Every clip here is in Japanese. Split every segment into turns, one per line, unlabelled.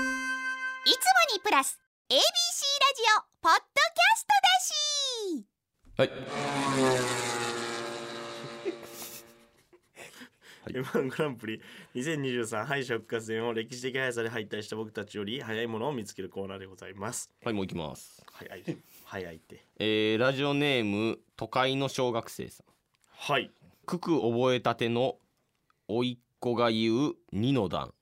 いつもにプラス ABC ラジオポッドキ
はい。
M1 グランプリ2023敗者復活戦を歴史的速さで敗退した僕たちより早いものを見つけるコーナーでございます。
はい、もう行きます。
早い、早いって。
えー、ラジオネーム、都会の小学生さん。
はい。
九九覚えたての、甥いっ子が言う二の段。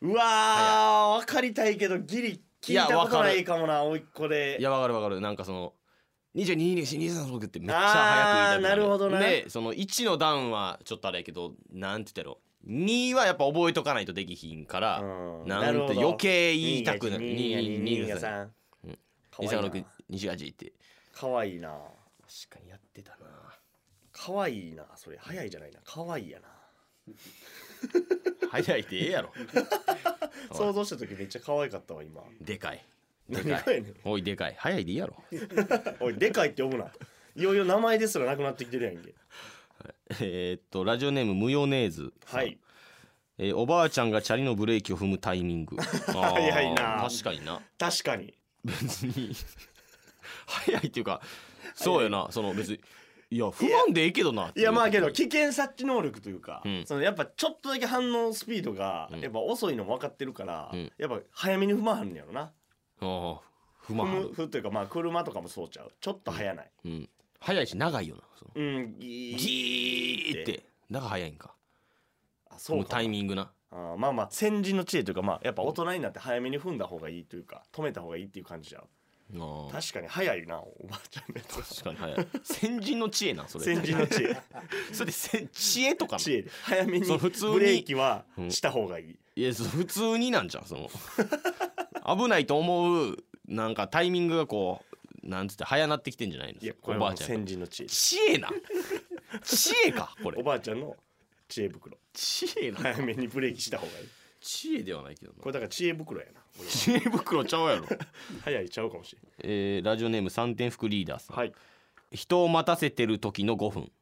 うわー、分かりたいけどギリ聞いたことないかもな、おいっ子で。
いや、わかるわかる。なんかその、22、24、23、26ってめっちゃ
あ
早く言いたくな
ー
る。
なるほどな
で、その1の段はちょっとあれやけど、なんて言ったやろ。2はやっぱ覚えとかないとできひんから、
うん
なん
るほ
て
ど
余計言いたくなる。
二が二二
23
が三。かわいい
26
な。、
28って。
かわいいな。
確かにやってたな。
かわいいな。それ早いじゃないな。かわいいやな。
早いってええやろ。い
想像した時めっちゃ可愛かったわ今。
でかい。で
何が
か
やね
い。
ん。
おい、でかい。早いでいいやろ。
おいでかいって呼ぶな。いよいよ名前ですらなくなってきてるやんけ。
えーっとラジオネームムヨネーズさん
はい。
えーおばあちゃんがチャリのブレーキを踏むタイミン グ
早いな
あー確かにな
確かに。
別に早いっていうかそうよなその別にいや不満でええけどない
やまあけど
き
危険察知能力というか、
うん
そのやっぱちょっとだけ反応スピードが
うん
やっぱ遅いの分かってるから、
うん
やっぱ早めに踏まはんねやろな、
不満あ
踏む
る、
踏むというかまあ車とかもそうちゃうちょっと早ない
うん、早いし長いよなその
うん、ギー
ギーってだから早いんか
あそ
踏
う
む
か
タイミングな
あーまあまあ先人の知恵というかまあやっぱ大人になって早めに踏んだ方がいいというか止めた方がいいっていう感じじゃん
あー
確かに早いなおばあちゃんの やつ
確かに早い先人の知恵なそれ
先人の知恵
それでせ知恵とかな
知恵で早めに
そう普通に
ブレーキはした方がいい、
いやそう普通になんじゃんそ の危ないと思うなんかタイミングがこうなんつって早なってきてんじゃないの
いやこ
お
れ
ば
は
あ
もう
ちゃん
先人の知恵
知恵な知恵 かこ
お
れ
ばあちゃんの知恵袋
知恵な
早めにブレーキした方がいい
知恵ではないけどな
これだから知恵袋やな俺
知恵袋ちゃう やろ、
早いちゃうかもしれん
えーラジオネーム三点福リーダーさん、
はい
人を待たせてる時の5分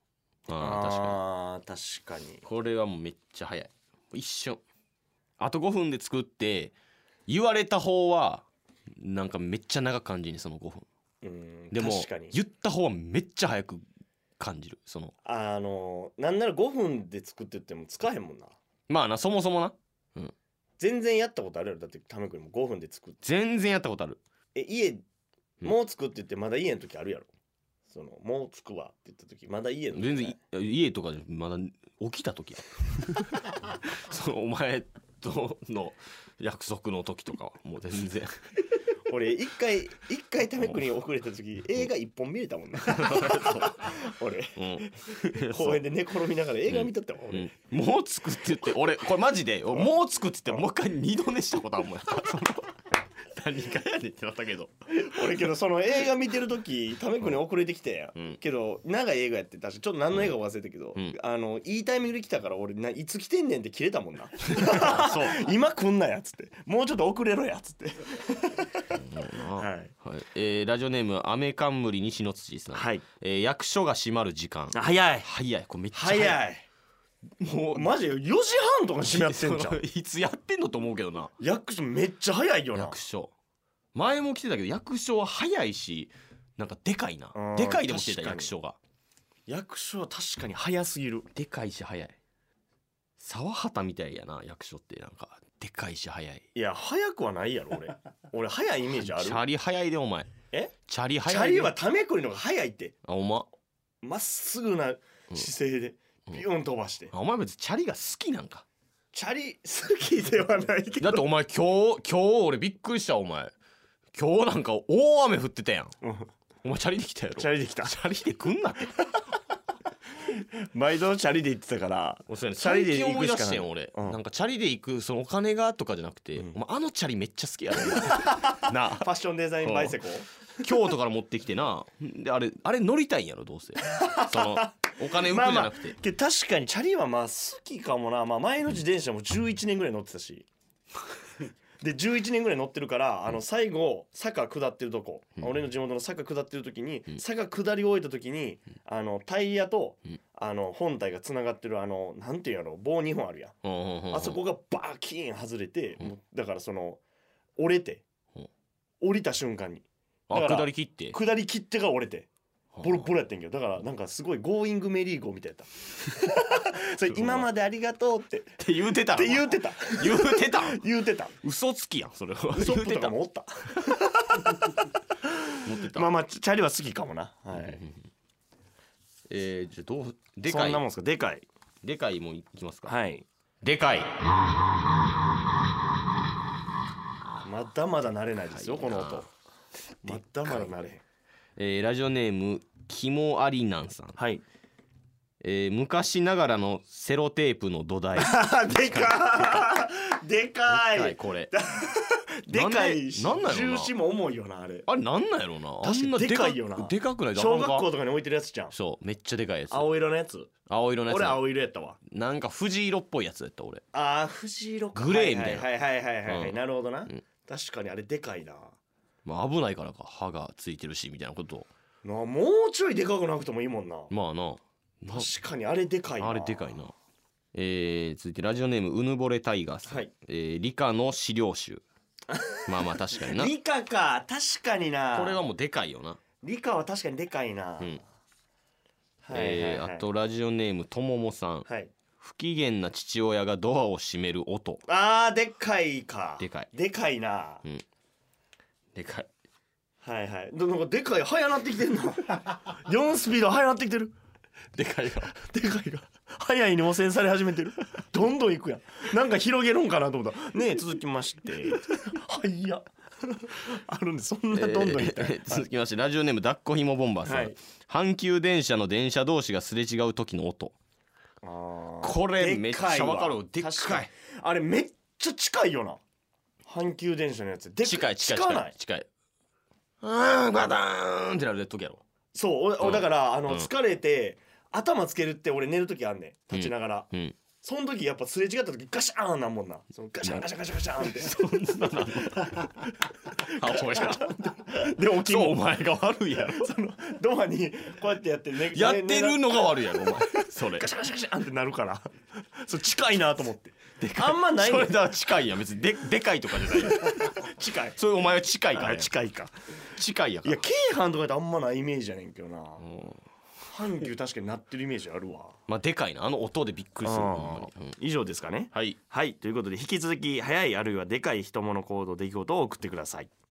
ああ確かに
あー確かに
これはもうめっちゃ早い一瞬あと5分で作って言われた方はなんかめっちゃ長く感じにその5分
うん
でも
確かに
言った方はめっちゃ早く感じるその
あのなんなら5分で作ってっても使えへんもんな
まあなそもそもな
全然やったことあるやろだってためくにも5分で作って
全然やったことある
え家もう作ってってまだ家の時あるやろそのもう作くわって言った時まだ家の時
全然い家とかでまだ起きた 時やそのお前との約束の時とかはもう全然
俺一回一回ためくに遅れた時映画一本見れたもん な俺
うん
公園で寝転びながら映画見とったもん
う
俺
ん、もう作ってって俺これマジで俺もう作ってってもう一回二度寝したことあ るもんやその何かやねんってなったけど
俺けどその映画見てる時ためくに遅れてきたやん
うん
けど長い映画やってたしちょっと何の映画忘れたけど、
うん
あのいいタイミングで来たから俺ないつ来てんねんって切れたもんな
そう
今来んなやっつってもうちょっと遅れろやっつって
はいえーラジオネームアメカンムリ西野土さん、
はい
えー役所が閉まる時間
早い
早いこれめっちゃ
早い
もう
マジで4時半とか閉まってんじ ゃ
その
ん
いつやってんのと思うけどな
役所めっちゃ早いよな
役所前も来てたけど役所は早いしなんかでかいな
うん
でかいでもしてた
確かに
役所が
役所は確かに早すぎる
でかいし早い沢畑みたいやな役所ってなんかでかいし早い
いや早くはないやろ 俺俺早いイメージある
チャリ早いでお前
え
チャリ早
チ
い
ャ
で
リはためくりの方が早いって
あお前
まっすぐな姿勢で
うん
ビューン飛ばして、
あお前別にチャリが好きなんか
チャリ好きではないけ
だ
ど
ってお前今日今日俺びっくりしたお前今日なんか大雨降ってたやん
うん
お前チャリできたやろ
チャリできた
チャリで来んな って
毎度チャリで行ってたから
もうそうやね
チャリで行
最近思
く
い
し
出
か
し
な
て
い
ん俺、
うん
なんかチャリで行くそのお金がとかじゃなくて、
うん
お前あのチャリめっちゃ好きやろ なあ
ファッションデザインバイセコ
京都から持ってきてなであれあれ乗りたいんやろどう せそのお金浮
まあ
くじゃ
ま
な
あ
くて、
けど確かにチャリはまあ好きかもな、まあ、前の自転車も11年ぐらい乗ってたしで11年ぐらい乗ってるからあの最後坂下ってるとこ、
うん
俺の地元の坂下ってる時に、
うん
坂下り終えた時に、あのタイヤと、
うん
あの本体がつながってるあのなんていうんやろ棒2本あるやん、
うんうんうんうん
あそこがバーキーン外れて、
うん
もうだからその折れて降りた瞬間に
あ
だから
下り切って
下り切ってから折れてボロボ
ロ
ロやってんけどだからなんかすごい「ゴーイングメリーゴー」みた いやったそれ
すごい
今までありがとうってっ
って言うてた
て言う
う
てた
言うてた
言うてた
嘘つきやんそれは
ウソ
言う
ップ
てた
とか
持
もおった
ってた
まあまあチャリは好きかもな、は
うんうんう
い、
んえー、じゃあどうで
そ
か
ん
い
なもんすかでかい
でかいもいきますか、
はい
でかい
まだまだ慣れないですよ
高
こ
いな
の音まだまだ慣れへん
えーラジオネームキモアリナンさん、
はい
えー昔ながらのセロテープの土台
あでかいでか
はいいこれ
でかいし
なんでなんなんやろ
重
な
心も重いよなあれ
あれなんなんやろな
確かに
あんな
でかいよな
でかくない
小学校
なかなか
とかに置いてるやつじゃん
そうめっちゃでかいやつ
青色のやつ
青色のやつ
俺青色やったわ
なんか藤色っぽいやつやった俺
あー藤色か
グレーみたいな
はいはいはいはいはいはい、
うん
なるほどな、
ん
確かにあれでかいな
まあ危ないからか歯がついてるしみたいなこと
なあもうちょいでかくなくてもいいもんな
まあなな
確かにあれでかいな
あれでかいなえー、続いてラジオネームうぬぼれタイガーさん、
はい
えー理科の資料集まあまあ確かになこ
理科か確かにな
れはもうでかいよな、
理科は確かにでかいな、
うん
はいはい
え
はい
ーあとラジオネームとももさん、
はい
不機嫌な父親がドアを閉める音
あーでっかいか
でかい
でかいな、
うんでかい
はいはいでなんかでかい早なってきてんな 4スピード早なってきてる
でかいよ
でかいが早いに汚染され始めてるどんどんいくやんなんか広げるんかなと思ったねえ続きましてはいやあるんでそんなどんどんいった、
えー続きましてラジオネーム抱っこひもボンバーさん、
はい
阪急電車の電車同士がすれ違う時の音これめっちゃわかるでっかい
確にあれめっちゃ近いよな阪急電車のやつでっ
近い近い
近
近
ない
い近いうーんバターンってなる時やろ
そう俺、
う
俺
ん
だからあの、
うん
疲れて頭つけるって俺寝る時あんねん立ちながら、
うん
その時やっぱすれ違った時ガシャーンなんもんなそのガシャンガシャンガシャンガシャ ンって
あお前が
で起き
そ
ん
う
の
お前が悪いやろ
そのドアにこうやってやって、ね、
やってる
ね
のが悪いやろお前それ
ガシャガシャガシャンってなるから そう近いなと思って あんまない
そ
ね
れ
ん
だ近いやん別に ででかいとかじゃないやん
近い
それお前は近いからやん
近いか
近いやか
いや
ら
京阪とかってあんまないイメージやねんけどな
うん
阪急確かになってるイメージあるわ
まあでかいなあの音でびっくりするほんまにうん
以上ですかね
はい
はいということで引き続き早いあるいはでかい人物行動出来事を送ってください